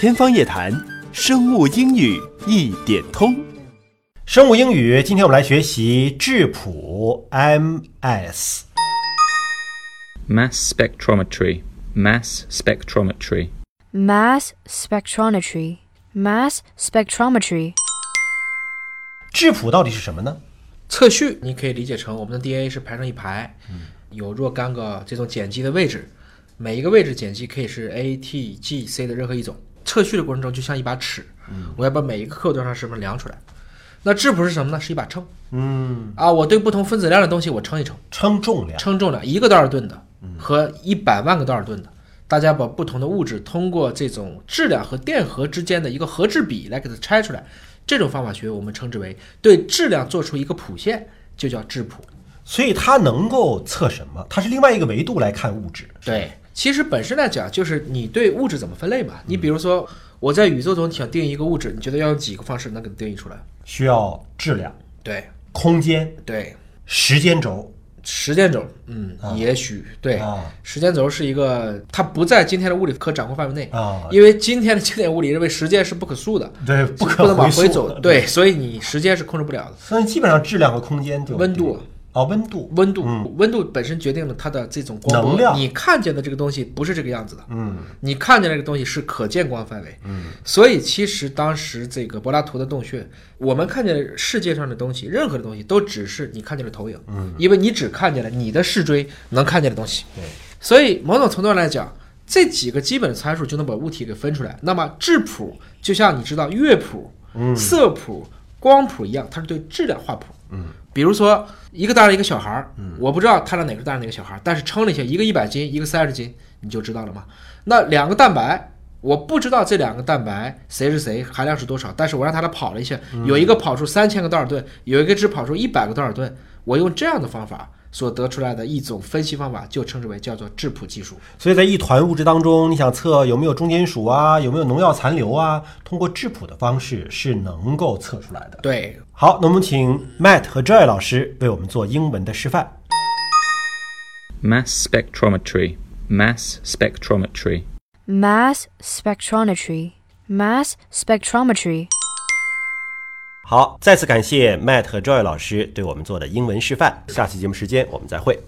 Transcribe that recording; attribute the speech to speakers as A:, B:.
A: 天方夜谭，生物英语一点通。
B: 生物英语，今天我们来学习质谱 MS。
C: Mass spectrometry. Mass spectrometry.
D: Mass spectrometry. Mass spectrometry.
B: 质谱到底是什么呢？
E: 测序，你可以理解成我们的 DNA 是排成一排，有若干个这种碱基的位置，每一个位置碱基可以是 A、T、G、C 的任何一种。测序的过程中就像一把尺，我要把每一个刻度上是不是量出来。那质谱是什么呢？是一把秤
B: 嗯，
E: 啊，我对不同分子量的东西我称一称，
B: 称重量。
E: 称重量，一个道尔顿的和一百万个道尔顿的，大家把不同的物质通过这种质量和电荷之间的一个和质比来给它拆出来。这种方法学我们称之为对质量做出一个谱线，就叫质谱。
B: 所以它能够测什么？它是另外一个维度来看物质。
E: 对，其实本身来讲，就是你对物质怎么分类嘛。你比如说，我在宇宙中想定义一个物质，你觉得要用几个方式能给它定义出来？
B: 需要质量、
E: 对
B: 空间、
E: 对，
B: 时间轴。
E: 时间轴，嗯，也许对
B: 啊，
E: 时间轴是一个，它不在今天的物理可掌控范围内
B: 啊
E: 因为今天的经典物理认为时间是不可溯的，
B: 对
E: 是
B: 不可
E: 能往
B: 回溯
E: 回走
B: 的，
E: 对，所以你时间是控制不了的。
B: 所以基本上质量和空间就
E: 温度
B: 啊、温度
E: 温度，温度本身决定了它的这种
B: 嗯
E: 光
B: 能量
E: 波。你看见的这个东西不是这个样子的，
B: 嗯，
E: 你看见这个东西是可见光范围，嗯，所以其实当时这个柏拉图的洞穴，我们看见世界上的东西，任何的东西都只是你看见的投影，嗯，因为你只看见了你的视锥能看见的东西，
B: 对，
E: 所以某种程度上来讲，这几个基本的参数就能把物体给分出来。那么质谱就像你知道乐谱、色谱、光谱一样，它是对质量画谱，嗯。比如说，一个大人一个小孩儿，我不知道他俩哪个大人哪个小孩儿，但是称了一下，一个一百斤，一个三十斤，你就知道了嘛。那两个蛋白，我不知道这两个蛋白谁是谁，含量是多少，但是我让它俩跑了一下，有一个跑出三千个道尔顿，有一个只跑出一百个道尔顿，我用这样的方法所得出来的一种分析方法，就称之为叫做质谱技术。
B: 所以在一团物质当中，你想测有没有重金属啊，有没有农药残留啊，通过质谱的方式是能够测出来的。
E: 对
B: 好，那我们请 Matt 和 Joy 老师为我们做英文的示范。
C: Mass spectrometry. Mass spectrometry.
D: Mass spectrometry. Mass spectrometry.
B: 好，再次感谢 Matt 和 Joy 老师对我们做的英文示范。下期节目时间我们再会。